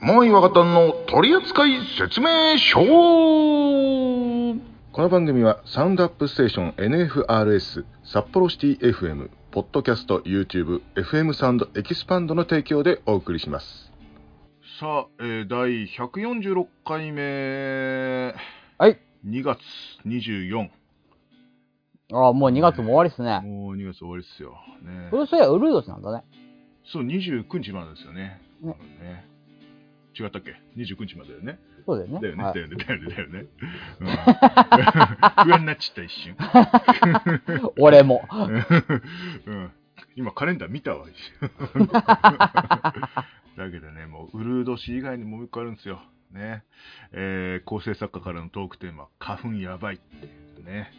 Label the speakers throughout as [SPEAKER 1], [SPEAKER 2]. [SPEAKER 1] もう岩方の取扱説明書
[SPEAKER 2] この番組はサウンドアップステーション NFRS 札幌シティ FM ポッドキャスト YouTube FM サウンドエキスパンドの提供でお送りします
[SPEAKER 1] さあ、えー、第146回目
[SPEAKER 3] はい
[SPEAKER 1] 2月24
[SPEAKER 3] ああ、もう2月も終わりですね。
[SPEAKER 1] もう2月終わりっすよ、ね
[SPEAKER 3] 今、年はウルード年なんだね。
[SPEAKER 1] そう29日までですよね
[SPEAKER 3] ね
[SPEAKER 1] ね違ったっけ29日までだよね
[SPEAKER 3] そうだよね。
[SPEAKER 1] だよね、
[SPEAKER 3] はい
[SPEAKER 1] だよね、だよね、だよね。うん 不安になっちゃった一瞬。
[SPEAKER 3] 俺も。
[SPEAKER 1] うん、今カレンダー見たわ。 だけどね、もうウルード氏以外にもう一個あるんですよ。ね、えー構成作家からのトークテーマ「花粉やばい」っていうね。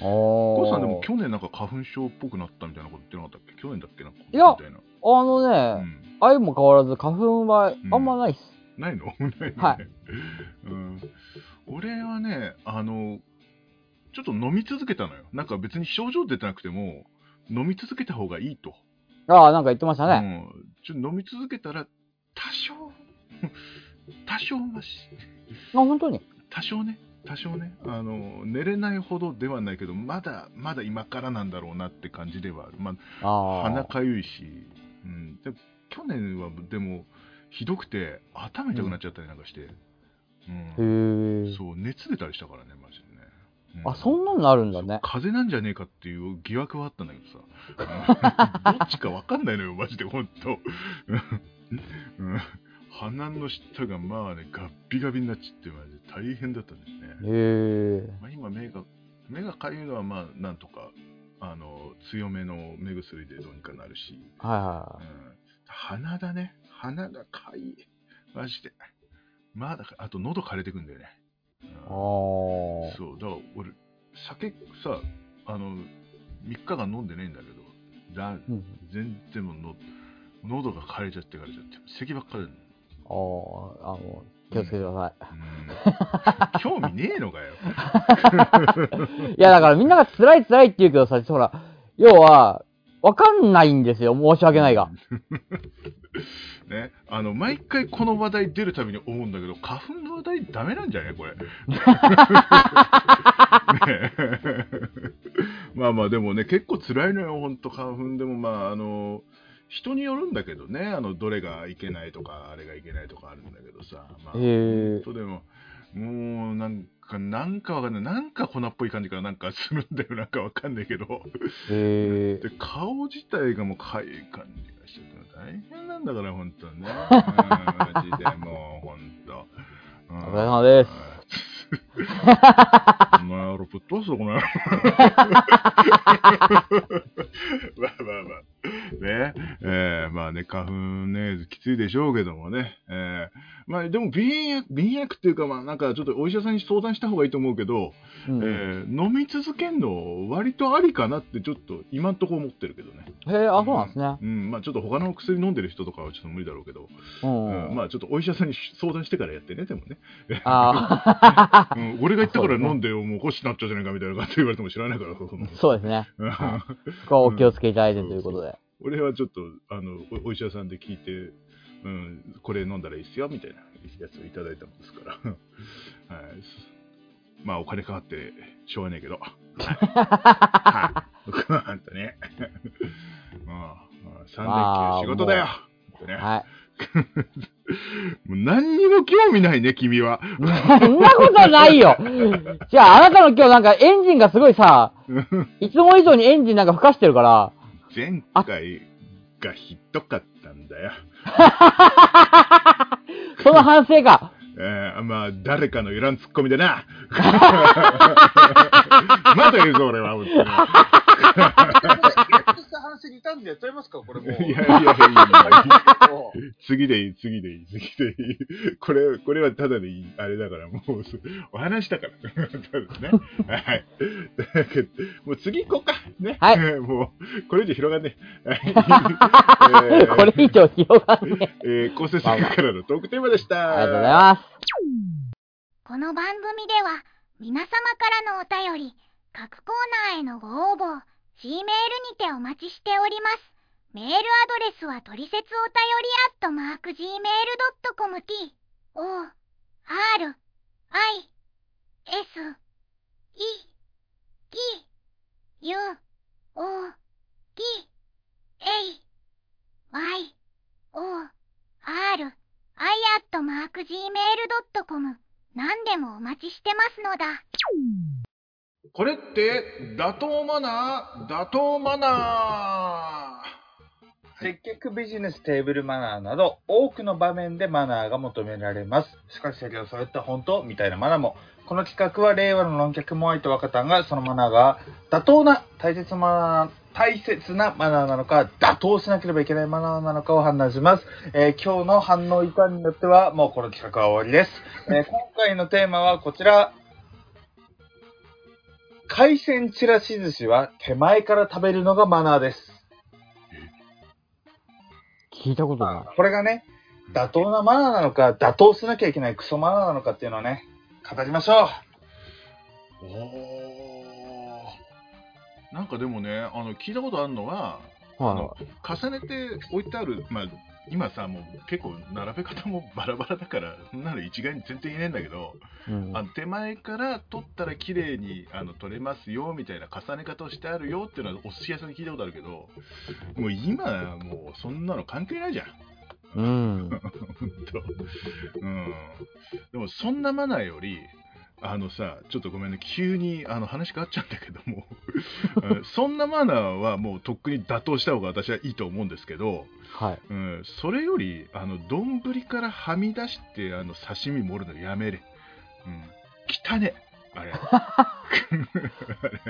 [SPEAKER 1] お
[SPEAKER 3] お
[SPEAKER 1] 母さんでも
[SPEAKER 3] ー
[SPEAKER 1] 去年なんか花粉症っぽくなったみたいなこと言ってなかったっけ？去年だっけなんか
[SPEAKER 3] いや
[SPEAKER 1] みたいな。
[SPEAKER 3] あの
[SPEAKER 1] う
[SPEAKER 3] ね、
[SPEAKER 1] ん、
[SPEAKER 3] 愛も変わらず花粉は
[SPEAKER 1] ん
[SPEAKER 3] あんまないっす。
[SPEAKER 1] ない の？ないのね
[SPEAKER 3] はい
[SPEAKER 1] うん。俺はね、あのちょっと飲み続けたのよ。なんか別に症状出てなくても飲み続けた方がいいと。
[SPEAKER 3] ああ、なんか言ってましたね。
[SPEAKER 1] うん、ちょっと飲み続けたら、多少、 多少まし、
[SPEAKER 3] あ、本当に。
[SPEAKER 1] 多少ね、多少ね、あの、寝れないほどではないけど、まだ、まだ今からなんだろうなって感じではある。まあ、
[SPEAKER 3] ああ。
[SPEAKER 1] 鼻かゆいし、うん。で去年は、でも、ひどくて、頭痛くなっちゃったりなんかして、う
[SPEAKER 3] へ
[SPEAKER 1] ん。
[SPEAKER 3] え。
[SPEAKER 1] そう、熱出たりしたからね、マジでね。う
[SPEAKER 3] あ、そんなのあるんだね。
[SPEAKER 1] 風邪なんじゃねえかっていう疑惑はあったんだけどさ、う んどっちかわかんないのよ、マジで、ほんと。うんうん鼻の下がまあね、ガッビガビになっちって、マジで大変だったんですね。
[SPEAKER 3] へえ。
[SPEAKER 1] まあ、今目が、目がかゆいのはまあ、なんとか、あの、強めの目薬でどうにかなるし、
[SPEAKER 3] はいは
[SPEAKER 1] う
[SPEAKER 3] い。
[SPEAKER 1] ん鼻だね、鼻がかゆい。マジで。まだ、あと喉枯れてくんだよね。
[SPEAKER 3] あ
[SPEAKER 1] うん
[SPEAKER 3] あ。
[SPEAKER 1] そう、だから俺、酒さ、あの、3日間飲んでねえんだけど、だ
[SPEAKER 3] うん
[SPEAKER 1] 全然もうの、喉が枯れちゃって枯れちゃって、咳ばっかりだ
[SPEAKER 3] ああ、あの、気をつけてくださ
[SPEAKER 1] ようん興味ねえのかよ。
[SPEAKER 3] い。いや、だからみんなが辛い辛いって言うけどさ、ほら、要は、わかんないんですよ。申し訳ないが。
[SPEAKER 1] ね、あの、毎回この話題出るたびに思うんだけど、花粉の話題ダメなんじゃないこ れ。ね えまあまあ、でもね、結構辛いのよ、ほんと、花粉でも、まあ、あの、人によるんだけどね、あの、どれがいけないとか、あれがいけないとかあるんだけどさ、まあ、
[SPEAKER 3] へえ。
[SPEAKER 1] とでも、もうなんか、なんかわかんない、なんか粉っぽい感じからなんかするんだよ、なんかわかんないけど。
[SPEAKER 3] へえ
[SPEAKER 1] で。顔自体がもうかゆい感じがしてて大変なんだから本当ね、うん、マジでもう本当お
[SPEAKER 3] お疲れ様です。
[SPEAKER 1] お前俺ぶっ飛ばすぞこの野郎まあまあまあ ねえーまあね花粉ねきついでしょうけどもね、えーまあでも便薬便薬っていうかまあなんかちょっとお医者さんに相談した方がいいと思うけど、
[SPEAKER 3] うん
[SPEAKER 1] えー飲み続けんの割とありかなってちょっと今んとこ思ってるけどね
[SPEAKER 3] へえ、あ、そうなんですね。
[SPEAKER 1] うん、まあちょっと他の薬飲んでる人とかはちょっと無理だろうけど、
[SPEAKER 3] う
[SPEAKER 1] うん
[SPEAKER 3] ん。
[SPEAKER 1] まあちょっとお医者さんに相談してからやってね、でも ね。
[SPEAKER 3] あ
[SPEAKER 1] うん、俺が言ったから
[SPEAKER 3] そうですね
[SPEAKER 1] 飲んで、もうおかしくなっちゃうじゃないかみたいな感じで言われても知らないから、そ こも
[SPEAKER 3] あ、 そうですね。
[SPEAKER 1] うん
[SPEAKER 3] そこはお気をつけいただいてということで。
[SPEAKER 1] 俺はちょっと、あの、おお医者さんで聞いて、うん、これ飲んだらいいっすよ、みたいなやつをいただいたもんですから。 はい。まあお金かかって、しょうがねえけど。はい。はい。あんたね。 まあ、まあ、3連休仕事だよ。本当ね
[SPEAKER 3] はい。
[SPEAKER 1] もう何にも興味ないね、君は。
[SPEAKER 3] そんなことないよじゃあ、あなたの今日なんかエンジンがすごいさ、いつも以上にエンジンなんか吹かしてるから、
[SPEAKER 1] 前回がひどかったんだよ。
[SPEAKER 3] その反 省か。
[SPEAKER 1] えー、まあ、誰かのいらんツッコミでな。 まだ言うぞ、俺は。本
[SPEAKER 4] やっとした話にいたんでやっちゃいますか、これも
[SPEAKER 1] 当にい
[SPEAKER 4] う。
[SPEAKER 1] やいやいやいや。
[SPEAKER 4] もう
[SPEAKER 1] 次でいい、次でいい、次でいい。これ、これはただでいい、あれだから、もう、そお話だから。そうですね。はい。 だけどもう次行こうか。ね。。
[SPEAKER 3] は い
[SPEAKER 1] もう、これ以上広がんねえ。はいえー
[SPEAKER 3] これ以上広がんね
[SPEAKER 1] えー、構成作家からのトークテーマでした。
[SPEAKER 3] え。ありがとうございます。
[SPEAKER 5] この番組では皆様からのお便り、各コーナーへのご応募、C メールにてお待ちしております。メールアドレスはトリセツお便りアットマーク Gmail.com t O R I S E G U O D A Y O R I at mark gmail.com 何でもお待ちしてますのだ。
[SPEAKER 1] これって、妥当マナー妥当マナ
[SPEAKER 4] 接客ビジネステーブルマナーなど、多くの場面でマナーが求められます。しかし先ほどそういった本当みたいなマナーも。この企画は令和の論客も愛と若旦が、そのマナーが妥当な、大切マナー、大切なマナーなのか、妥当しなければいけないマナーなのかを判断します。えー今日の反応いかんによっては、もうこの企画は終わりです。えー今回のテーマはこちら。海鮮ちらし寿司は手前から食べるのがマナーです。
[SPEAKER 3] 聞いたことない。
[SPEAKER 4] これがね、妥当なマナーなのか、妥当しなきゃいけないクソマナーなのかっていうのをね、語りましょう。
[SPEAKER 1] ーおーなんかでもねあの聞いたことあるのはあの
[SPEAKER 3] は
[SPEAKER 1] 重ねて置いてある、まあ、今さもう結構並べ方も バラバラだからそんなの一概に全然言えないんだけど、
[SPEAKER 3] い。うん
[SPEAKER 1] あの手前から取ったら綺麗にあの取れますよみたいな重ね方をしてあるよっていうのはお寿司屋さんに聞いたことあるけどもう今もうそんなの関係ないじゃん。
[SPEAKER 3] うん。
[SPEAKER 1] ほんとうん、でもそんなマナーよりあのさちょっとごめんね急にあの話変わっちゃうんだけども うんそんなマナーはもうとっくに妥当した方が私はいいと思うんですけど、
[SPEAKER 3] はい。
[SPEAKER 1] うん、それよりあの丼からはみ出してあの刺身盛るのやめれ、うん、汚ねあれ あれ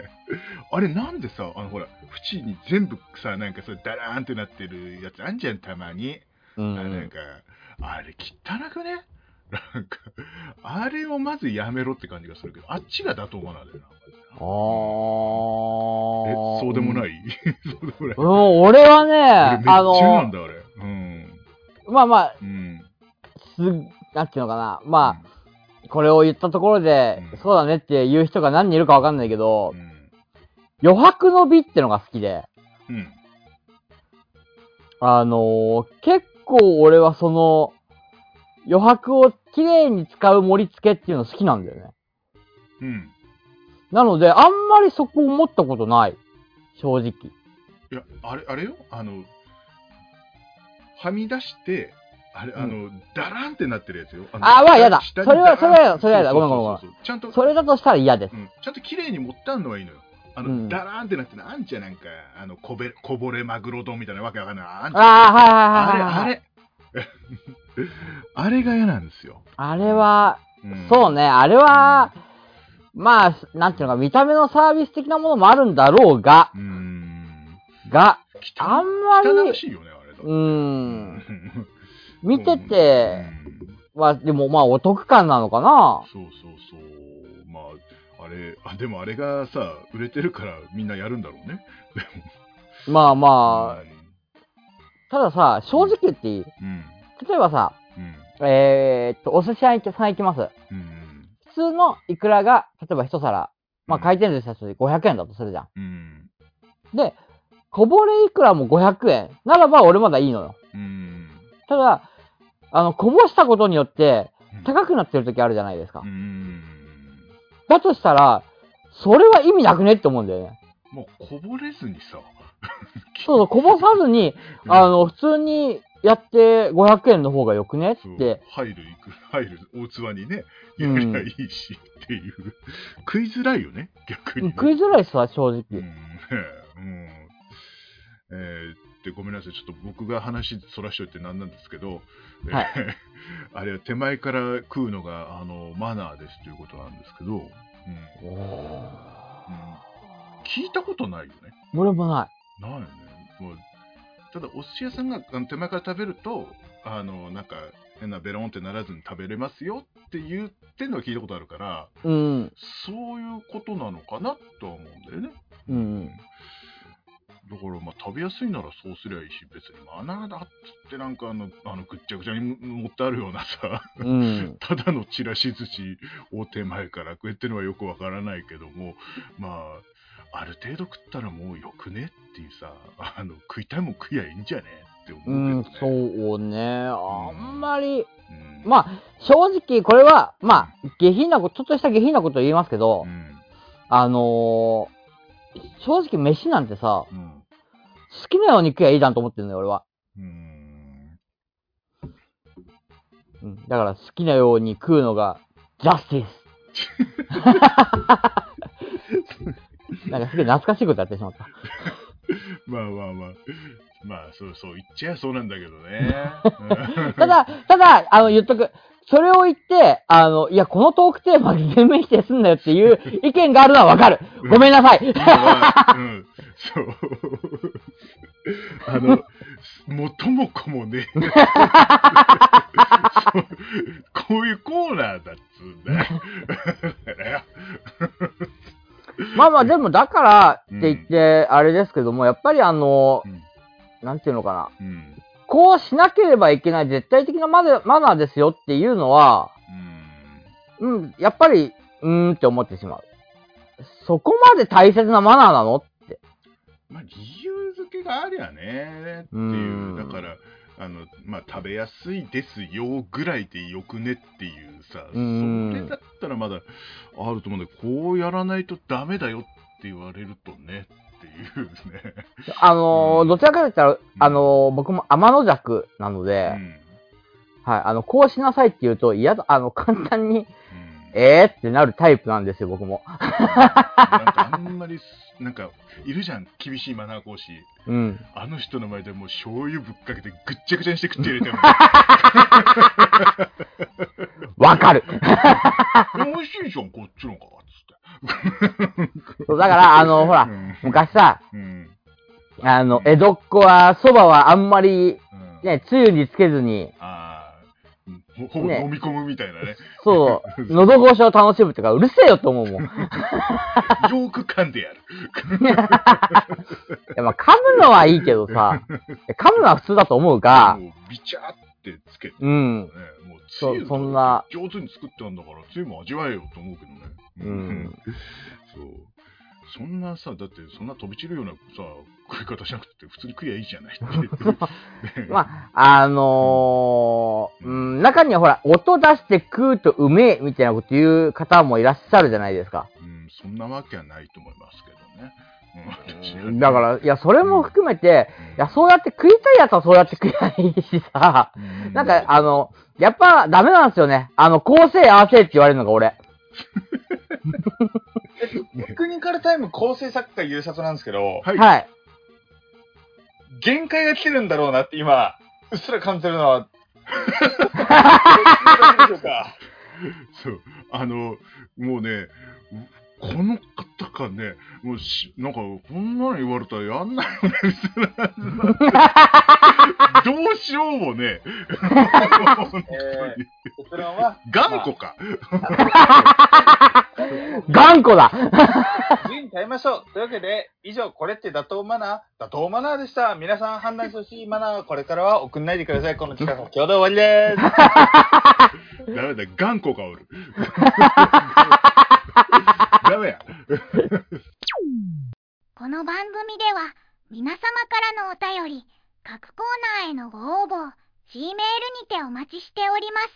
[SPEAKER 1] あれなんでさあのほら縁に全部さなんかそれダラーンってなってるやつあんじゃんたまに。
[SPEAKER 3] う
[SPEAKER 1] あなん
[SPEAKER 3] ん。
[SPEAKER 1] か、あれ汚くね なんか、あれをまずやめろって感じがするけど、あっちが妥当マナーだよな。
[SPEAKER 3] ああ。
[SPEAKER 1] え、そうでもない そうでもない。
[SPEAKER 3] うん、俺はね、
[SPEAKER 1] 俺めっち
[SPEAKER 3] あ
[SPEAKER 1] ゃ嫌なん
[SPEAKER 3] の、
[SPEAKER 1] だ、あれ。うん。
[SPEAKER 3] まあまあ、
[SPEAKER 1] うん。
[SPEAKER 3] す、なんていうのかな。まあ、これを言ったところで
[SPEAKER 1] うん、
[SPEAKER 3] そうだねっていう人が何人いるかわかんないけど
[SPEAKER 1] う、ん。
[SPEAKER 3] 余白の美ってのが好きで、
[SPEAKER 1] うん。
[SPEAKER 3] あのー結構俺はその、余白をきれいに使う盛り付けっていうの好きなんだよね。
[SPEAKER 1] うん。
[SPEAKER 3] なので、あんまりそこ思ったことない。正直。
[SPEAKER 1] いや、あれ、あれよあの、はみ出して、あれ、あの、ダラーンってなってるやつよ。の
[SPEAKER 3] あーわあやだ
[SPEAKER 1] 下に
[SPEAKER 3] それ
[SPEAKER 1] ダラー
[SPEAKER 3] は
[SPEAKER 1] ン
[SPEAKER 3] それはやだそれはやだ
[SPEAKER 1] そうそう
[SPEAKER 3] ごめんごめん
[SPEAKER 1] そうそうちゃんと、
[SPEAKER 3] それだとしたら嫌です
[SPEAKER 1] う。ん、ちゃんと綺麗に持ってあんのはいいのよ。あの、
[SPEAKER 3] うん
[SPEAKER 1] ダラーンってなってるあんじゃんなんか、あのこべこぼれマグロ丼みたいなわけわかんない。あんじゃん
[SPEAKER 3] あ
[SPEAKER 1] あ
[SPEAKER 3] あ、はい
[SPEAKER 1] れ、
[SPEAKER 3] はいはい
[SPEAKER 1] あ
[SPEAKER 3] はい。
[SPEAKER 1] れ。 あれが嫌なんですよ。
[SPEAKER 3] あれは、
[SPEAKER 1] ん
[SPEAKER 3] そう。ね、あれは、まあ、なんていうのか、見た目のサービス的なものもあるんだろうが、
[SPEAKER 1] うーん。
[SPEAKER 3] が、
[SPEAKER 1] 汚
[SPEAKER 3] あんまり、
[SPEAKER 1] 汚ら
[SPEAKER 3] う
[SPEAKER 1] しいよね、あれだ。
[SPEAKER 3] ん、見てて
[SPEAKER 1] うん
[SPEAKER 3] は、でもまあお得感なのかな。
[SPEAKER 1] そうそうそう。まあ、あれ、あでもあれがさ、売れてるからみんなやるんだろうね。
[SPEAKER 3] まあまあ、たださ、正直言っていい
[SPEAKER 1] うん。
[SPEAKER 3] 例えばさ、
[SPEAKER 1] うん。
[SPEAKER 3] えー、っと、お寿司屋に行ってさん行きます。
[SPEAKER 1] うん。うん。
[SPEAKER 3] 普通のイクラが、例えば一皿、まあ回転寿司だと500円だとするじゃん。
[SPEAKER 1] うん。
[SPEAKER 3] で、こぼれいくらも500円ならば俺まだいいのよ。
[SPEAKER 1] うん。
[SPEAKER 3] ただ、あの、こぼしたことによって
[SPEAKER 1] うん
[SPEAKER 3] 高くなってる時あるじゃないですか
[SPEAKER 1] う。ん。
[SPEAKER 3] だとしたら、それは意味なくねって思うんだよね。
[SPEAKER 1] もうこぼれずにさ。
[SPEAKER 3] そうそう、こぼさずに、
[SPEAKER 1] うん
[SPEAKER 3] あの、普通にやって500円の方がよくね
[SPEAKER 1] そう
[SPEAKER 3] って。
[SPEAKER 1] 入るいく入る大器にね
[SPEAKER 3] う
[SPEAKER 1] やり
[SPEAKER 3] ん
[SPEAKER 1] ゃいいしっていう、食いづらいよね逆にね
[SPEAKER 3] 食いづらいっすわ、正
[SPEAKER 1] うん
[SPEAKER 3] 直。
[SPEAKER 1] ねうんえーってごめんなさいちょっと僕が話そらしといてなんなんですけど、えー
[SPEAKER 3] はい
[SPEAKER 1] あれは手前から食うのがあのマナーですということなんですけど、うんうん聞いたことないよね
[SPEAKER 3] 俺もない。
[SPEAKER 1] ないよね。もうただ、お寿司屋さんがあの手前から食べると、あの、なんか、変なベロンってならずに食べれますよって言ってんのは聞いたことあるから、
[SPEAKER 3] うん。
[SPEAKER 1] そういうことなのかなとは思うんだよね。
[SPEAKER 3] うん。
[SPEAKER 1] だから、まあ、食べやすいならそうすりゃいいし、別にマナーだっつって、なんかあの、あのぐっちゃぐちゃに持ってあるようなさ、
[SPEAKER 3] うん。
[SPEAKER 1] ただのちらし寿司を手前から食えってのはよくわからないけども、まあ、ある程度食ったらもうよくねっていうさ、あの食いたいもん食いやいいんじゃねって思
[SPEAKER 3] うん
[SPEAKER 1] う、けどね。
[SPEAKER 3] そうね。あんまり、
[SPEAKER 1] うん
[SPEAKER 3] まあ、正直これは、まあ、下品なこと、ちょっとした下品なこと言いますけど、
[SPEAKER 1] うん
[SPEAKER 3] あのー正直飯なんてさ、好
[SPEAKER 1] うん
[SPEAKER 3] きなように食えばいいじゃんと思ってるのよ、俺は。
[SPEAKER 1] うん
[SPEAKER 3] うん、だから好きなように食うのが、ジャステ ィス。なんかすげえ懐かしいことやってしまった。
[SPEAKER 1] まあまあまあまあそうそう言っちゃそうなんだけどね
[SPEAKER 3] ただ、ただ、あの、言っとく。それを言って、あの、いや、このトークテーマに全面否定すんなよって いう意見があるのはわかる。ごめんなさい。
[SPEAKER 1] うんそう。あの、もともこもね、そうこういうコーナーだっつうんだよ。だから
[SPEAKER 3] まあまあ、でも、だからって言って、あれですけども、やっぱりあの
[SPEAKER 1] うん、
[SPEAKER 3] なんていうのかな。
[SPEAKER 1] うん。
[SPEAKER 3] こうしなければいけない絶対的なマナーマナーですよっていうのは、
[SPEAKER 1] うん
[SPEAKER 3] うん、やっぱり、うーんって思ってしまう。そこまで大切なマナーなの
[SPEAKER 1] まあ、理由付けがありゃねっていうう、
[SPEAKER 3] ん
[SPEAKER 1] だから、あのまあ、食べやすいですよぐらいでよくねっていうさ、
[SPEAKER 3] うん
[SPEAKER 1] それだったらまだあると思うんだけど、こうやらないとダメだよって言われるとねっていうね。
[SPEAKER 3] あの
[SPEAKER 1] う
[SPEAKER 3] ー、
[SPEAKER 1] ん
[SPEAKER 3] どちらかといったら、あのー、僕も天の弱なので、
[SPEAKER 1] うん
[SPEAKER 3] はい、あの、こうしなさいって言うと、嫌だ、あの、簡単に、
[SPEAKER 1] うん
[SPEAKER 3] えーってなるタイプなんですよ、僕も。
[SPEAKER 1] なんかあんまりす、なんか、いるじゃん、厳しいマナー講師。
[SPEAKER 3] うん。
[SPEAKER 1] あの人の前でもう醤油ぶっかけてぐっちゃぐちゃにして食って入れても、
[SPEAKER 3] わかる。
[SPEAKER 1] 美味しいじゃん、こっちのか、
[SPEAKER 3] そうだから、あの、ほ
[SPEAKER 1] つっ
[SPEAKER 3] ら
[SPEAKER 1] て。、うん
[SPEAKER 3] 昔さ、
[SPEAKER 1] うん。
[SPEAKER 3] あの、江戸っ子は、蕎麦はあんまり、
[SPEAKER 1] うん
[SPEAKER 3] ね、つゆにつけずに、
[SPEAKER 1] ああ、ほほぼ
[SPEAKER 3] ね
[SPEAKER 1] 飲み込むみたいな ね。
[SPEAKER 3] そう、喉越しを楽しむっていうか、うるせえよと思うもん。い
[SPEAKER 1] よーく噛んでやる。
[SPEAKER 3] や、まあ、噛むのはいいけど さ、噛むのは普通だと思うが、
[SPEAKER 1] もうビチャーってつけて、ね、
[SPEAKER 3] うん。
[SPEAKER 1] もうつ
[SPEAKER 3] そ
[SPEAKER 1] ゆ
[SPEAKER 3] そんな、
[SPEAKER 1] 上手に作ってあんだから、つゆも味わえよと思うけどね。
[SPEAKER 3] うん。
[SPEAKER 1] そう。そんなさ、だってそんな飛び散るようなさ、食い方しなくて普通に食いゃいいじゃないって。
[SPEAKER 3] まあ、あのー、うん、中にはほら、音出して食うとうめえみたいなこと言う方もいらっしゃるじゃないですか。
[SPEAKER 1] うん、そんなわけはないと思いますけどね。うん
[SPEAKER 3] だか、ら、いや、それも含めて、
[SPEAKER 1] 私はい
[SPEAKER 3] や、そうやって食いたいやつはそうやって食いたいいしさ、
[SPEAKER 1] うん
[SPEAKER 3] なんか、あの、やっぱダメなんですよね。あの、こうせえ、ああせえって言われるのが俺。
[SPEAKER 4] テクニカルタイム構成作家優作なんですけど、
[SPEAKER 1] はい。
[SPEAKER 3] はい。
[SPEAKER 4] 限界が来てるんだろうなって今、うっすら感じてるの は。どういうことでしょうか
[SPEAKER 1] そう。あの、もうね、うこの方かね、もうし、なんか、こんなの言われたらやんないよね、みたいな話 になって。どうしようもね、
[SPEAKER 4] えー、結論は、
[SPEAKER 1] 頑固か。
[SPEAKER 3] 頑固だ
[SPEAKER 4] 自由に変えましょう。というわけで、以上、これって妥当マナー妥当マナーでした。皆さん判断してほしいマナーはこれからは送んないでください。この企画は今日で終わりです。
[SPEAKER 1] ダメだ、頑固が おる。ダメや。
[SPEAKER 5] この番組では皆様からのお便り、各コーナーへのご応募、C メールにてお待ちしております。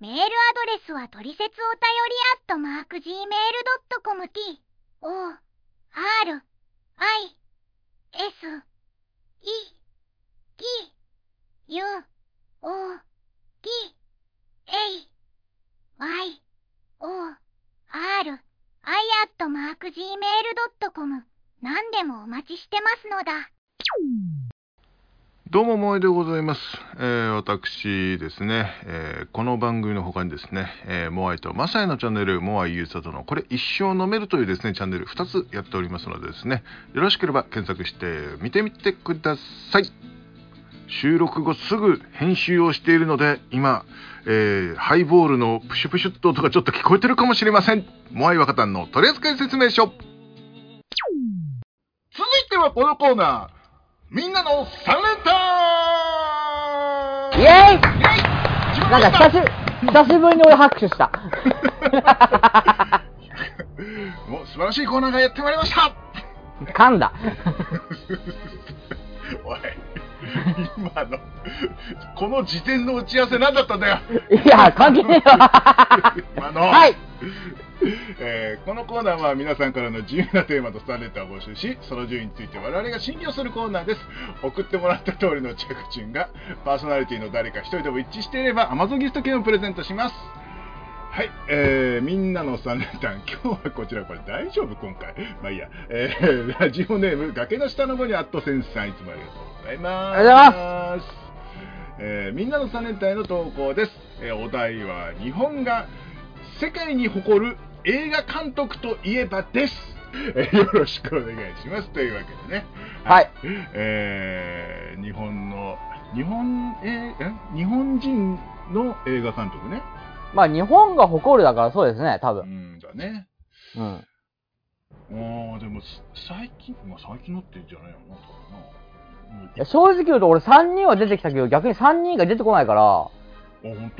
[SPEAKER 5] メールアドレスはトリセツお便りアットマーク Gmail.com t o r i s e g u o d a y o r i アットマーク Gmail.com 何でもお待ちしてますのだ。
[SPEAKER 2] どうも、萌えでございます。えー私ですね、えーこの番組の他にですね、えーモアイとマサイのチャンネル、モアイユーザーとのこれ一生飲めるというですね、チャンネル2つやっておりますのでですね、よろしければ検索して見てみてください。収録後すぐ編集をしているので、今、えーハイボールのプシュプシュっと音がちょっと聞こえてるかもしれません。モアイ若旦の取扱説明書。
[SPEAKER 1] 続いてはこのコーナー、みんなの三連単
[SPEAKER 3] イェイなんか久し久しぶりに俺拍手した。
[SPEAKER 1] もう素晴らしいコーナーがやってまいりました
[SPEAKER 3] 噛んだ。
[SPEAKER 1] おい 今の、この時点の打ち合わせ何だったんだよ
[SPEAKER 3] いや、関係ね えわ。
[SPEAKER 1] 今の、
[SPEAKER 3] はい。
[SPEAKER 1] えーこのコーナーは皆さんからの自由なテーマとスターレターを募集しその順位について我々が審議をするコーナーです送ってもらった通りの着順がパーソナリティの誰か一人でも一致していれば Amazon ギフト券をプレゼントしますはい、えー、みんなの三連単、今日はこちら、これ大丈夫今回。まあいいや、えー、ラジオネーム、崖の下の子にアットセンスさん、いつもありがとうございます。
[SPEAKER 3] ありがとうご
[SPEAKER 1] ざいます。えーみんなの三連単への投稿です。えーお題は、日本が世界に誇る映画監督といえばです。えーよろしくお願いします。というわけでね。
[SPEAKER 3] はい。
[SPEAKER 1] えー日本の、日本、えーえ日本人の映画監督ね。
[SPEAKER 3] まあ、日本が誇るだからそうですね、多
[SPEAKER 1] う
[SPEAKER 3] 分。
[SPEAKER 1] ん、だね。
[SPEAKER 3] うん。
[SPEAKER 1] ああ、でもす最近、まあ、最近のってんじゃないよな、多分な。
[SPEAKER 3] いや正直言うと、俺3人は出てきたけど、逆に3人が出てこないから、
[SPEAKER 1] うん、あ、本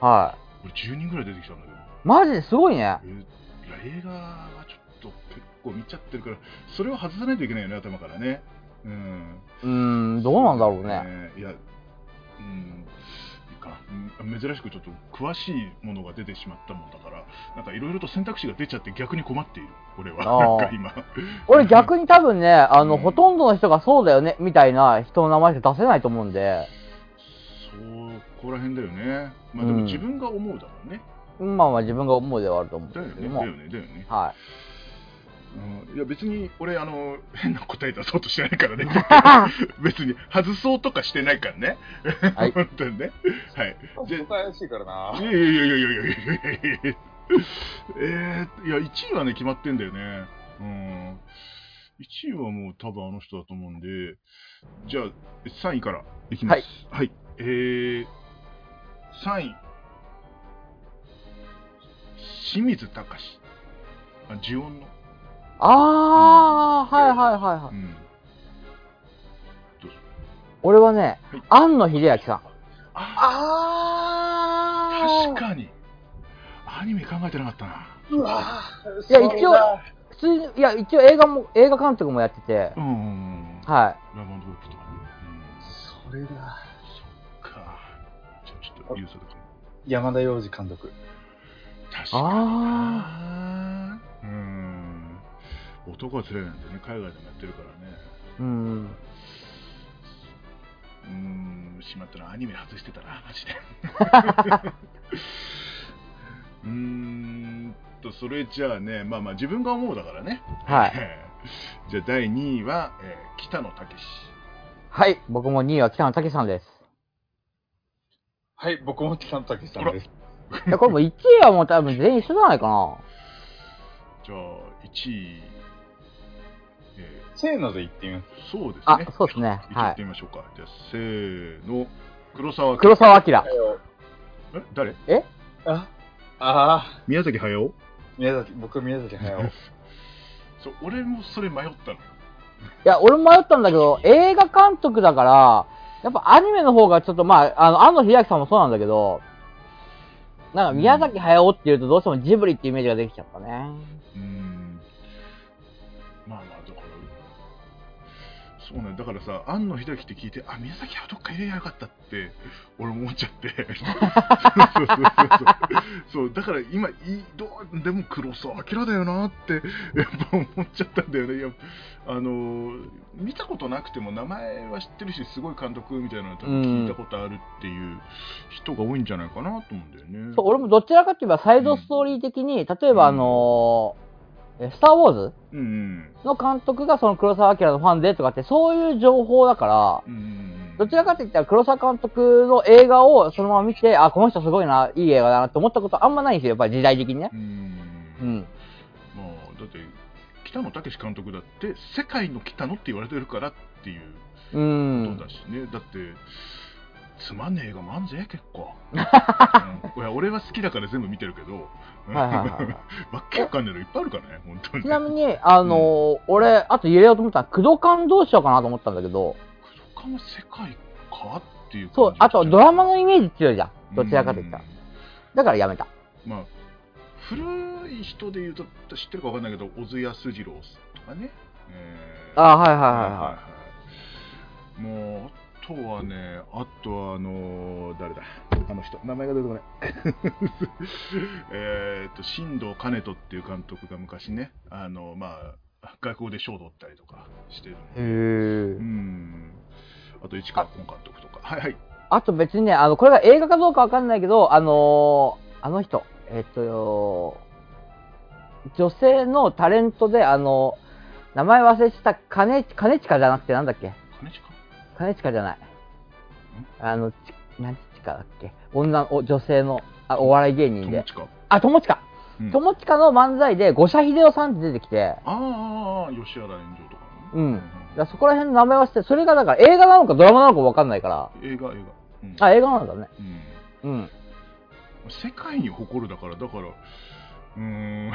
[SPEAKER 1] 当。
[SPEAKER 3] は
[SPEAKER 1] 俺10人ぐらい出てきたんだけど。
[SPEAKER 3] い。マジですごいね。
[SPEAKER 1] えーいや映画はちょっと結構見ちゃってるから、それを外さないといけないよね、頭からね。うん。
[SPEAKER 3] うーん、どうなんだろうね。
[SPEAKER 1] えーいや、うん。いいかうん珍しくちょっと詳しいものが出てしまったもんだからなんかいろいろと選択肢が出ちゃって逆に困っている俺は
[SPEAKER 3] あ ー
[SPEAKER 1] なんか今
[SPEAKER 3] 俺逆に多分ね、あの、
[SPEAKER 1] うん
[SPEAKER 3] ほとんどの人がそうだよね、みたいな人の名前って出せないと思うんで、
[SPEAKER 1] そこら辺だよねまあで
[SPEAKER 3] うん
[SPEAKER 1] も自分が思うだもんね、
[SPEAKER 3] まあまあ自分が思うではあると思うん
[SPEAKER 1] だ
[SPEAKER 3] で
[SPEAKER 1] よ
[SPEAKER 3] すけ
[SPEAKER 1] ね、
[SPEAKER 3] ど
[SPEAKER 1] だ
[SPEAKER 3] も。
[SPEAKER 1] よね、だよね。
[SPEAKER 3] はい。
[SPEAKER 1] うんいや、別に俺、あの、変な答え出そうとしてないからね。 別に外そうとかしてないからね。
[SPEAKER 3] はい
[SPEAKER 1] 本当にね。はい。 じゃ
[SPEAKER 4] 絶対怪しいから
[SPEAKER 1] い
[SPEAKER 4] な。
[SPEAKER 1] やいやいやいやいやいやいやいやえー、いや、1位はね、決まってんだよね。うん。1位はもう多分あの人だと思うんで、じゃあ、3位からいきます。はい。えー、3位。清水隆。あ、呪音の。
[SPEAKER 3] あー、はいはいはいは
[SPEAKER 1] う
[SPEAKER 3] い。
[SPEAKER 1] ん。
[SPEAKER 3] 俺はね
[SPEAKER 1] はい、
[SPEAKER 3] 庵野秀明さん。
[SPEAKER 1] あ
[SPEAKER 3] あ
[SPEAKER 1] 確かに。アニメ考えてなかったな。
[SPEAKER 4] うわ
[SPEAKER 3] いや一応普通に、いや、一応映画も、映画監督もやってて
[SPEAKER 1] う、んうんうん。
[SPEAKER 3] は
[SPEAKER 1] ラバンドホップとかね。うん
[SPEAKER 4] それだ。
[SPEAKER 1] そっか。じゃあちょっとユースとか。
[SPEAKER 4] 山田洋次監督。
[SPEAKER 1] 確
[SPEAKER 3] あ
[SPEAKER 1] にな。うん。男は連れなんでね、海外でもやってるからね。
[SPEAKER 3] い。うん。
[SPEAKER 1] うーん、しまったな、アニメ外してたな、マジで。うーんと、それじゃあね、まあまあ自分が思うだからね。
[SPEAKER 3] はい。
[SPEAKER 1] じゃあ第2位は、えー北野武
[SPEAKER 3] はい、僕も2位は北野武さんです。
[SPEAKER 4] はい、僕も北野武さんです。
[SPEAKER 3] いや、これもう1位はもう多分全員一緒じゃないかな。
[SPEAKER 1] じゃあ1位、え
[SPEAKER 4] せーので言ってみます。
[SPEAKER 1] ーそうですね。
[SPEAKER 3] あ、そうですね。
[SPEAKER 1] 一応
[SPEAKER 3] は
[SPEAKER 1] 言っ
[SPEAKER 3] い
[SPEAKER 1] て。みましょうか。じゃあ、せーの、黒沢
[SPEAKER 3] 黒沢明。
[SPEAKER 1] え誰
[SPEAKER 4] ああ
[SPEAKER 1] 宮崎駿
[SPEAKER 4] ー、宮崎、僕宮崎駿。
[SPEAKER 1] そう俺もそれ迷ったの。
[SPEAKER 3] いや、俺も迷ったんだけど、映画監督だから、やっぱアニメの方がちょっと、まあ、あの、安野秀明さんもそうなんだけど、なんか宮崎駿っていうとどうしてもジブリってイメージができちゃったね。
[SPEAKER 1] うーん。まあまあ、だから、そうね、だからさ、庵野秀樹って聞いて、あ、宮崎駿どっか入れやよかったって、俺も思っちゃって。 そうそうそうそう。そう、だから今、いいどうでも黒沢明だよなって、やっぱ思っちゃったんだよね。いやあのー見たことなくても名前は知ってるし、すごい監督みたいなの多分聞いたことあるっていう人が多いんじゃないかなと思うんだよね。
[SPEAKER 3] そう、俺もどちらかといえばサイドストーリー的に、例えばあのーえスター・ウォーズ
[SPEAKER 1] うんうん。
[SPEAKER 3] の監督がその黒沢明のファンでとかって、そういう情報だから、
[SPEAKER 1] うんうんうん
[SPEAKER 3] どちらかといったら黒沢監督の映画をそのまま見て、あ、この人すごいな、いい映画だなって思ったことあんまないんですよ、やっぱり時代的にね。
[SPEAKER 1] うん
[SPEAKER 3] うん。
[SPEAKER 1] まあ、だって北野武監督だって世界の北野って言われてるからっていう
[SPEAKER 3] う
[SPEAKER 1] こと
[SPEAKER 3] ん。
[SPEAKER 1] だしね、だってつまんねえ映画もあんぜ結 構、うんいや俺は好きだから全部見てるけど、
[SPEAKER 3] はいはいはいはい
[SPEAKER 1] わっけわかんないのいっぱいあるからね本当に
[SPEAKER 3] ちなみに、あのー俺、あと入れようと思ったのは、工藤館どうしようかなと思ったんだけど、
[SPEAKER 1] 黒川世界かっていう感じ
[SPEAKER 3] そう、あとドラマのイメージ強いじゃん。
[SPEAKER 1] うん
[SPEAKER 3] どちらかといったら。だからやめた。
[SPEAKER 1] まあ古い人で言うと知ってるかわかんないけど小津安二郎とかね、えー
[SPEAKER 3] あはいはい
[SPEAKER 1] はいはいもうとはね、あとはあのー誰だ、あの人、名前が出てこない。 えーっと、新藤兼人っていう監督が昔ね、あのまあ、外国で賞を取ったりとかしてるんで
[SPEAKER 3] へえ
[SPEAKER 1] うん。あと、市川崑監督とか。はいはい。
[SPEAKER 3] あと別にね、あの、これが映画かどうかわかんないけど、あのーあの人、えっと女性のタレントで、あの名前忘れした、金、金近じゃなくてなんだっけ
[SPEAKER 1] 兼近
[SPEAKER 3] 金近じゃない。あの、ち何近だっけ女の、お女性の、あ、お笑い芸人
[SPEAKER 1] 友
[SPEAKER 3] で。
[SPEAKER 1] 近。
[SPEAKER 3] あ、友近
[SPEAKER 1] うん
[SPEAKER 3] 友近の漫才で、五社秀夫さんって出てきて、
[SPEAKER 1] ああああ、吉原炎上とかね、
[SPEAKER 3] うんだからそこら辺の名前はして、それがだから映画なのかドラマなのかわかんないから。
[SPEAKER 1] 映画、映画。うん
[SPEAKER 3] あ、映画なんだね。
[SPEAKER 1] うん
[SPEAKER 3] うん。
[SPEAKER 1] 世界に誇るだからだからうーん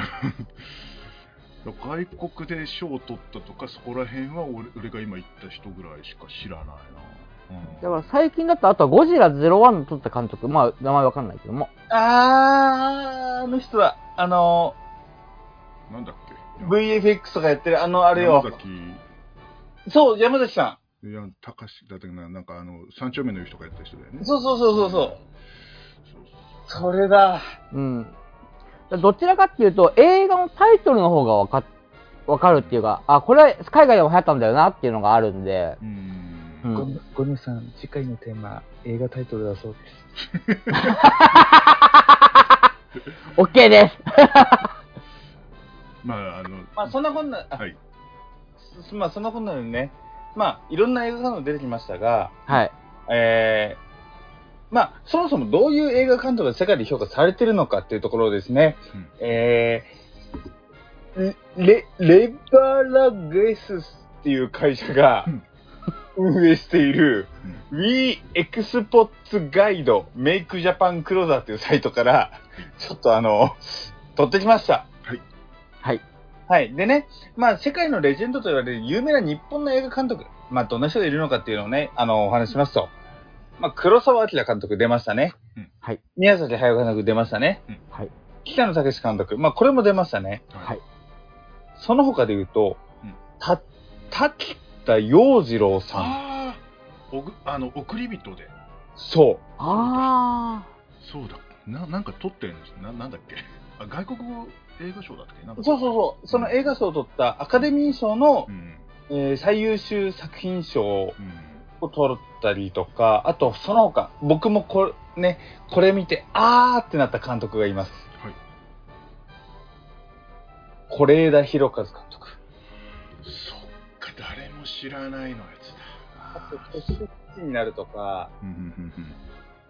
[SPEAKER 1] 外国で賞を取ったとかそこら辺は俺俺が今言った人ぐらいしか知らないな、うん
[SPEAKER 3] だから最近だと、あとはゴジラ01の撮った監督、まあ名前わかんないけども、
[SPEAKER 4] あー、あの人だ。あの、
[SPEAKER 1] なんだっけ
[SPEAKER 4] VFX とかやってる、あの、あれ
[SPEAKER 1] 山
[SPEAKER 4] よ。
[SPEAKER 1] 崎
[SPEAKER 4] そう、山崎さ
[SPEAKER 1] いや高志だったかななんかあの三丁目の夕日とかやった人だよね
[SPEAKER 4] ん。そうそうそうそうそう。それだ。
[SPEAKER 3] うん。だからどちらかっていうと、映画のタイトルの方がわかわかるっていうか、あ、これは海外でも流行ったんだよなっていうのがあるんで、
[SPEAKER 1] うーん
[SPEAKER 3] うん
[SPEAKER 4] ゴミゴミさん、次回のテーマ、映画タイトルだそうです。
[SPEAKER 3] OK です。
[SPEAKER 1] まああの
[SPEAKER 4] まあ、そんなこんな、あ
[SPEAKER 1] はい
[SPEAKER 4] すまあ、そんなこんなでね、まあ、いろんな映画監督出てきましたが、
[SPEAKER 3] はい。
[SPEAKER 4] えーまあ、そもそもどういう映画監督が世界で評価されてるのかっていうところをですね、
[SPEAKER 1] うん
[SPEAKER 4] えーレ、レバラゲススっていう会社が
[SPEAKER 1] うん
[SPEAKER 4] 運営している、We Exports Guide Make Japan Closer っていうサイトから、ちょっとあの、取ってきました。
[SPEAKER 3] はい。
[SPEAKER 4] はい。でね、まあ、世界のレジェンドと言われる有名な日本の映画監督、まあ、どんな人がいるのかっていうのをね、あの、お話ししますと。まあ、黒沢明監督出ましたね。
[SPEAKER 1] うん
[SPEAKER 3] はい。
[SPEAKER 4] 宮崎駿監督出ましたね。
[SPEAKER 1] うん
[SPEAKER 3] はい。
[SPEAKER 4] 北野武監督、まあ、これも出ましたね。
[SPEAKER 3] はい。
[SPEAKER 4] その他で言うと、
[SPEAKER 1] うん
[SPEAKER 4] た、滝田洋次郎さん。
[SPEAKER 1] ああおぐあの送り人で
[SPEAKER 4] そう。
[SPEAKER 3] あ
[SPEAKER 1] そうだななんか撮ってるんですななんだっけあ外国語映画賞だっけなんか
[SPEAKER 4] そうそうそう。その映画賞を取ったアカデミー賞の
[SPEAKER 1] う、ん
[SPEAKER 4] えー最優秀作品賞を
[SPEAKER 1] うん
[SPEAKER 4] を撮ったりとか、あとその他、僕もこれ、ね、これ見て、あーってなった監督がいます。
[SPEAKER 1] はい
[SPEAKER 4] 是枝裕和監督。
[SPEAKER 1] そっか、誰も知らないのやつ
[SPEAKER 4] あ
[SPEAKER 1] だ。
[SPEAKER 4] と、そして父になるとか、
[SPEAKER 1] うんうんうんうん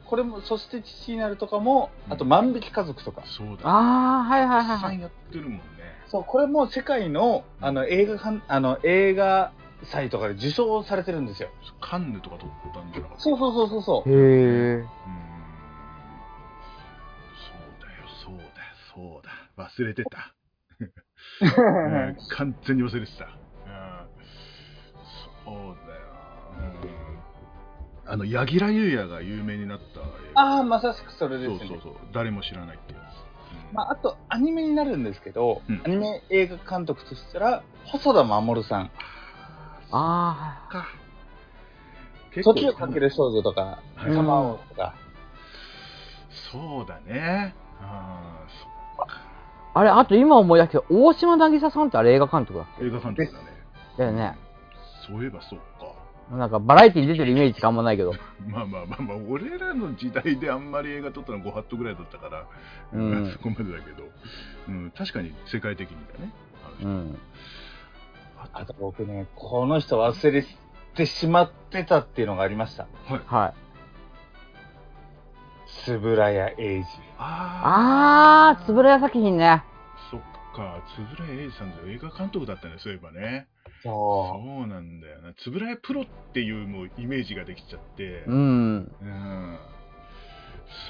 [SPEAKER 4] これも、そして父になるとかも、
[SPEAKER 1] うん
[SPEAKER 4] あと万引き家族とか。
[SPEAKER 1] そう
[SPEAKER 3] あ。
[SPEAKER 1] だ。
[SPEAKER 3] ああ、はいはい
[SPEAKER 1] たく
[SPEAKER 3] はい
[SPEAKER 1] さ
[SPEAKER 3] は
[SPEAKER 1] ん
[SPEAKER 3] い。
[SPEAKER 1] やってるもんね。
[SPEAKER 4] そう、これも世界の、あの、映画かん、あの、映画祭とかで受賞されてるんですよ。
[SPEAKER 1] カンヌとか撮ったんじゃなかった
[SPEAKER 4] そうそうそうそうそう。
[SPEAKER 3] へえ。
[SPEAKER 1] うーんそうだよ、そうだ、そうだ。忘れてた。うん完全に忘れてた。うんそうだよ。うんあの、柳楽優弥が有名になった映画。
[SPEAKER 4] あー、まさしくそれです
[SPEAKER 1] そ
[SPEAKER 4] よ
[SPEAKER 1] う
[SPEAKER 4] ね。
[SPEAKER 1] そうそう。誰も知らないってやつ。うん
[SPEAKER 4] まあ、あとアニメになるんですけど、
[SPEAKER 1] うん
[SPEAKER 4] アニメ映画監督としたら細田守さん
[SPEAKER 3] あ
[SPEAKER 1] か。
[SPEAKER 4] 「
[SPEAKER 1] 結構
[SPEAKER 4] 時をかける少女」とか「
[SPEAKER 1] はい
[SPEAKER 4] サマーウォーズとか
[SPEAKER 1] そうだね。あーそ
[SPEAKER 3] あ。あれ、あと今思い出したけど、大島渚さんってあれ映画監督だ。
[SPEAKER 1] 映画監督だね。
[SPEAKER 3] だよね。
[SPEAKER 1] そういえばそうか。
[SPEAKER 3] なんかバラエティに出てるイメージしかあんまないけど。
[SPEAKER 1] まあまあまあまあ、俺らの時代であんまり映画撮ったの5ハットぐらいだったから、
[SPEAKER 3] うん
[SPEAKER 1] そこまでだけど、うん、確かに世界的にだね。あの
[SPEAKER 3] う
[SPEAKER 1] 人
[SPEAKER 3] ん。
[SPEAKER 1] あ
[SPEAKER 4] あと僕ねこの人忘れてしまってたっていうのがありました
[SPEAKER 3] はい。
[SPEAKER 4] 円谷英二
[SPEAKER 3] ああ、つぶ
[SPEAKER 1] れ。
[SPEAKER 3] らや作品ね。
[SPEAKER 1] そっか、つぶらや英二さんの映画監督だったね、そういえばね。
[SPEAKER 4] そ
[SPEAKER 1] そうなんだよな。つぶらやプロっていうもうイメージができちゃって。
[SPEAKER 3] うん。
[SPEAKER 1] うん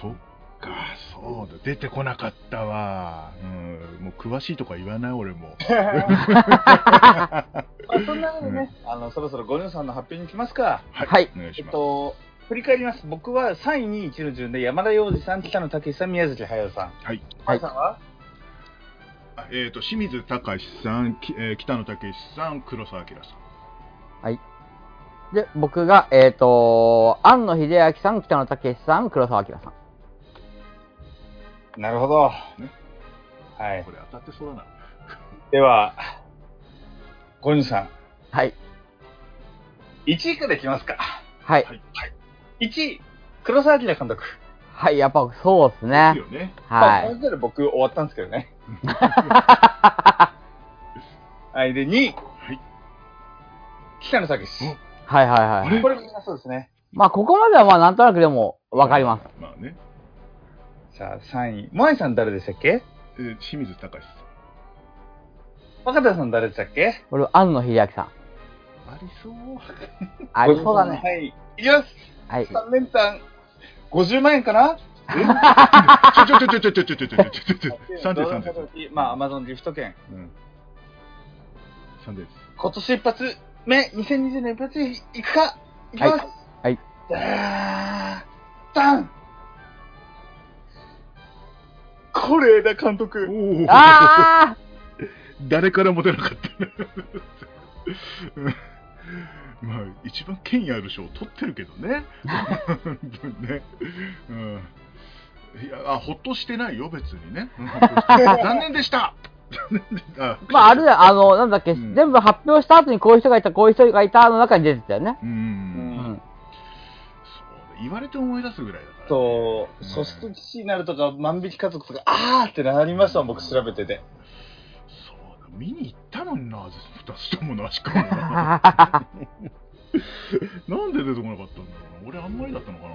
[SPEAKER 1] そっか、そうだ、出てこなかったわ。うん、もう詳しいとか言わない、俺も。
[SPEAKER 4] うまあそんなわけでね、あのそろそろゴニョさんの発表に来ますか
[SPEAKER 3] はい
[SPEAKER 1] お願い
[SPEAKER 4] え
[SPEAKER 1] し
[SPEAKER 4] っ
[SPEAKER 1] ます。
[SPEAKER 4] と振り返ります僕は3位に1の順で山田洋次さん北野武さん宮崎駿さん
[SPEAKER 1] はい。
[SPEAKER 4] はいさんは
[SPEAKER 1] あえっ、と、清水隆さん、きえー北野武さん、黒澤明さん。
[SPEAKER 3] はい。で、僕が、えっ、と、庵野秀明さん、北野武さん、黒沢明さん。
[SPEAKER 4] なるほど。
[SPEAKER 1] ね
[SPEAKER 4] はい
[SPEAKER 1] こ。れ当たってそうだな。
[SPEAKER 4] では、ゴニュさん、
[SPEAKER 3] はい。
[SPEAKER 4] 1位からいきますか。
[SPEAKER 3] はい。
[SPEAKER 4] 1位、黒澤明監督。
[SPEAKER 3] はい、やっぱそうです
[SPEAKER 1] いい
[SPEAKER 3] ね。
[SPEAKER 1] よね。
[SPEAKER 4] ま
[SPEAKER 3] は
[SPEAKER 4] あ、そ
[SPEAKER 3] い
[SPEAKER 4] れ。ぞれ僕終わったんですけど ね。はい、で、2位、
[SPEAKER 1] い
[SPEAKER 4] 北野武
[SPEAKER 1] うん
[SPEAKER 3] はいはいはい。
[SPEAKER 4] これみんなそうですね。
[SPEAKER 3] まあ、ここまではまあ、なんとなくでもわかります。
[SPEAKER 1] まあね。
[SPEAKER 4] さあ、3位、モアイさん誰でしたっけ
[SPEAKER 1] えー清水隆さ
[SPEAKER 4] 若田さん誰でしたっけ
[SPEAKER 3] これ、庵野秀明さん。
[SPEAKER 1] ん。ありそう。
[SPEAKER 3] ありそうだね。
[SPEAKER 4] はい。いきます
[SPEAKER 3] はい。
[SPEAKER 4] !3 連単、50万円かな
[SPEAKER 1] ちょちょちょちょちょちょちょちょちょちょ。三点三点。
[SPEAKER 4] まあ、アマゾンギフト券。
[SPEAKER 1] うん。三点。
[SPEAKER 4] 今年一発目、2020年一発目いくかいきます
[SPEAKER 3] はい
[SPEAKER 4] じゃーダンこれだ監督
[SPEAKER 1] おお。
[SPEAKER 3] あ
[SPEAKER 1] 誰からも出なかった。うんまあ一番権威ある賞を取ってるけどね。本当にね。うん。いやあほっとしてないよ別にね。うんほっとしてない残念でした。残念であ
[SPEAKER 3] あまあ、あれだよ、あの、なんだっけ、
[SPEAKER 1] うん
[SPEAKER 3] 全部発表した後にこういう人がいた、こういう人がいたの中に出てたよね。
[SPEAKER 1] う。
[SPEAKER 3] うんん。
[SPEAKER 1] そう言われて思い出すぐらいだから。
[SPEAKER 4] と
[SPEAKER 1] うん
[SPEAKER 4] 素質騎士になるとか万引き家族とかあーってなりましたもん僕調べてて
[SPEAKER 1] そうだ見に行ったのにな2つともなしかもななんで出てこなかったんだろうな俺あんまりだったのかな、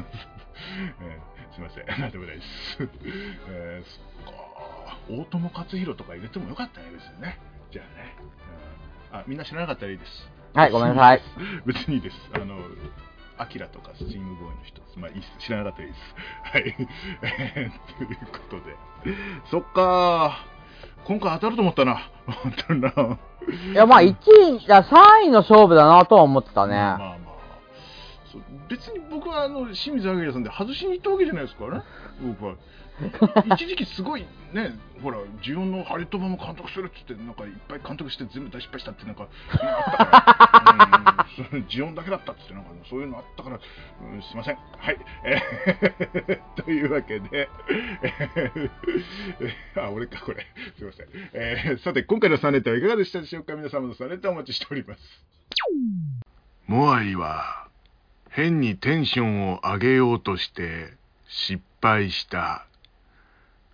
[SPEAKER 1] えーすいません何でもないです、 えーそっか大友克洋とか入れてもよかったね別にねじゃあね、うんあみんな知らなかったらいいです
[SPEAKER 3] はい、ごめんなさい。
[SPEAKER 1] 別にいいです。あの、アキラとかスチームボーイの人、まあいいっす。知 らなかったらいいです。はい。えーということで、そっかー今回当たると思ったな。 本当にな。
[SPEAKER 3] いや、まあ、1位、いや3位の勝負だなとは思ってたね。
[SPEAKER 1] まあまあ。そう別に僕はあの清水明さんで外しに行ったわけじゃないですからね、僕 は。一時期すごいね、ほら、ジオンのハリウッド版も監督するっつって、なんかいっぱい監督して全部大失敗したって、なんか、あ ったから、うん、ジオンだけだったっつって、なんかそういうのあったから、うん、すいません。はい。 えーというわけで、 えーあ、俺か、これ。すいません。えーさて、今回の3連単はいかがでしたでしょうか皆様の3連単お待ちしております。
[SPEAKER 2] モアイは変にテンションを上げようとして失敗した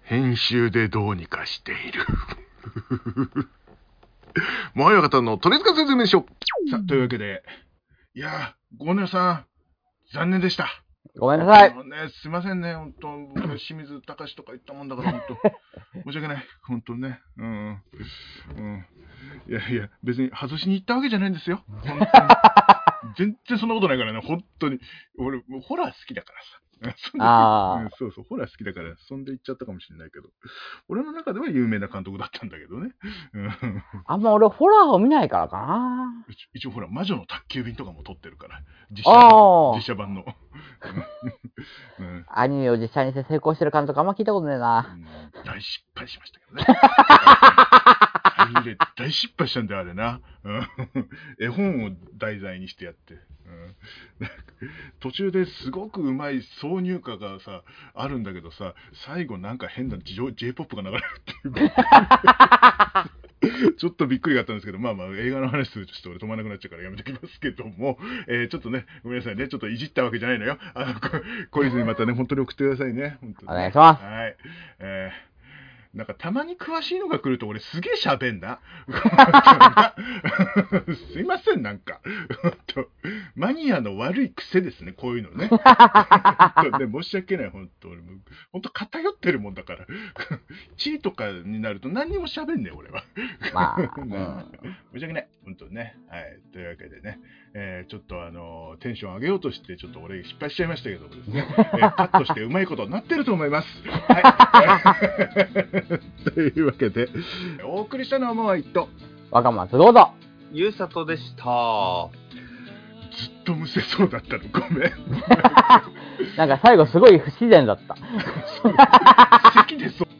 [SPEAKER 2] 編集でどうにかしてい るモアイは方の鳥塚説明書
[SPEAKER 1] さあというわけで、いやー、ゴーネルさん、残念でした。
[SPEAKER 3] ごめんなさい
[SPEAKER 1] あ。のね、すいませんね、本当、僕は清水隆とか言ったもんだから、本当、申 し訳ない、本当にね、うん、うん、いやいや、別に外しに行ったわけじゃないんですよ、本当に全然そんなことないからね、本当に、俺、ホラー好きだからさ。そんな
[SPEAKER 3] あー
[SPEAKER 1] うんそうそう、ホラー好きだから、そんで行っちゃったかもしれないけど、俺の中では有名な監督だったんだけどね。うん
[SPEAKER 3] あんま俺、ホラーを見ないからかな。
[SPEAKER 1] 一一応ほら、魔女の宅急便とかも撮ってるから、実写
[SPEAKER 3] あ
[SPEAKER 1] 版
[SPEAKER 3] ー
[SPEAKER 1] 実写版の。うんうん
[SPEAKER 3] アニメを実際にして成功してる感とかあんま聞いたことねえな。
[SPEAKER 1] 大失敗しましたけどね。大変大失敗したんだよ、あれな。うん 絵本を題材にしてやって。うんなんか途中ですごくうまい挿入歌がさ、あるんだけどさ、最後なんか変な J- J-POP が流れるって いう。ちょっとびっくりがあったんですけど、まあまあ映画の話するとちょっと俺止まらなくなっちゃうからやめときますけども、えーちょっとね、ごめんなさいね、ちょっといじったわけじゃないのよ。あの、こ懲りずにまたね、本当に送ってくださいね。本当にね
[SPEAKER 3] お願いします
[SPEAKER 1] はい。えーなんかたまに詳しいのが来ると俺すげえ喋んな。 すいません、なんか。ほんとマニアの悪い癖ですね、こういうのね。 ほんとね申し訳ない、本当俺も。本当偏ってるもんだから。 地位とかになると何にも喋んねえ、俺は。
[SPEAKER 3] まあ、う
[SPEAKER 1] うん
[SPEAKER 3] ん。
[SPEAKER 1] 申し訳ない。本当にね。はい。というわけでね、えーちょっとあのーテンション上げようとして、ちょっと俺失敗しちゃいましたけどもです ね、えーカットしてうまいことになってると思います。はい。 というわけで、お送りしたのはもう一度、
[SPEAKER 3] 若松どうぞ。
[SPEAKER 4] ゆうさとでした
[SPEAKER 1] ずっとむせそうだったの。ごめん。
[SPEAKER 3] なんか最後すごい不自然だった。
[SPEAKER 1] 咳でそう。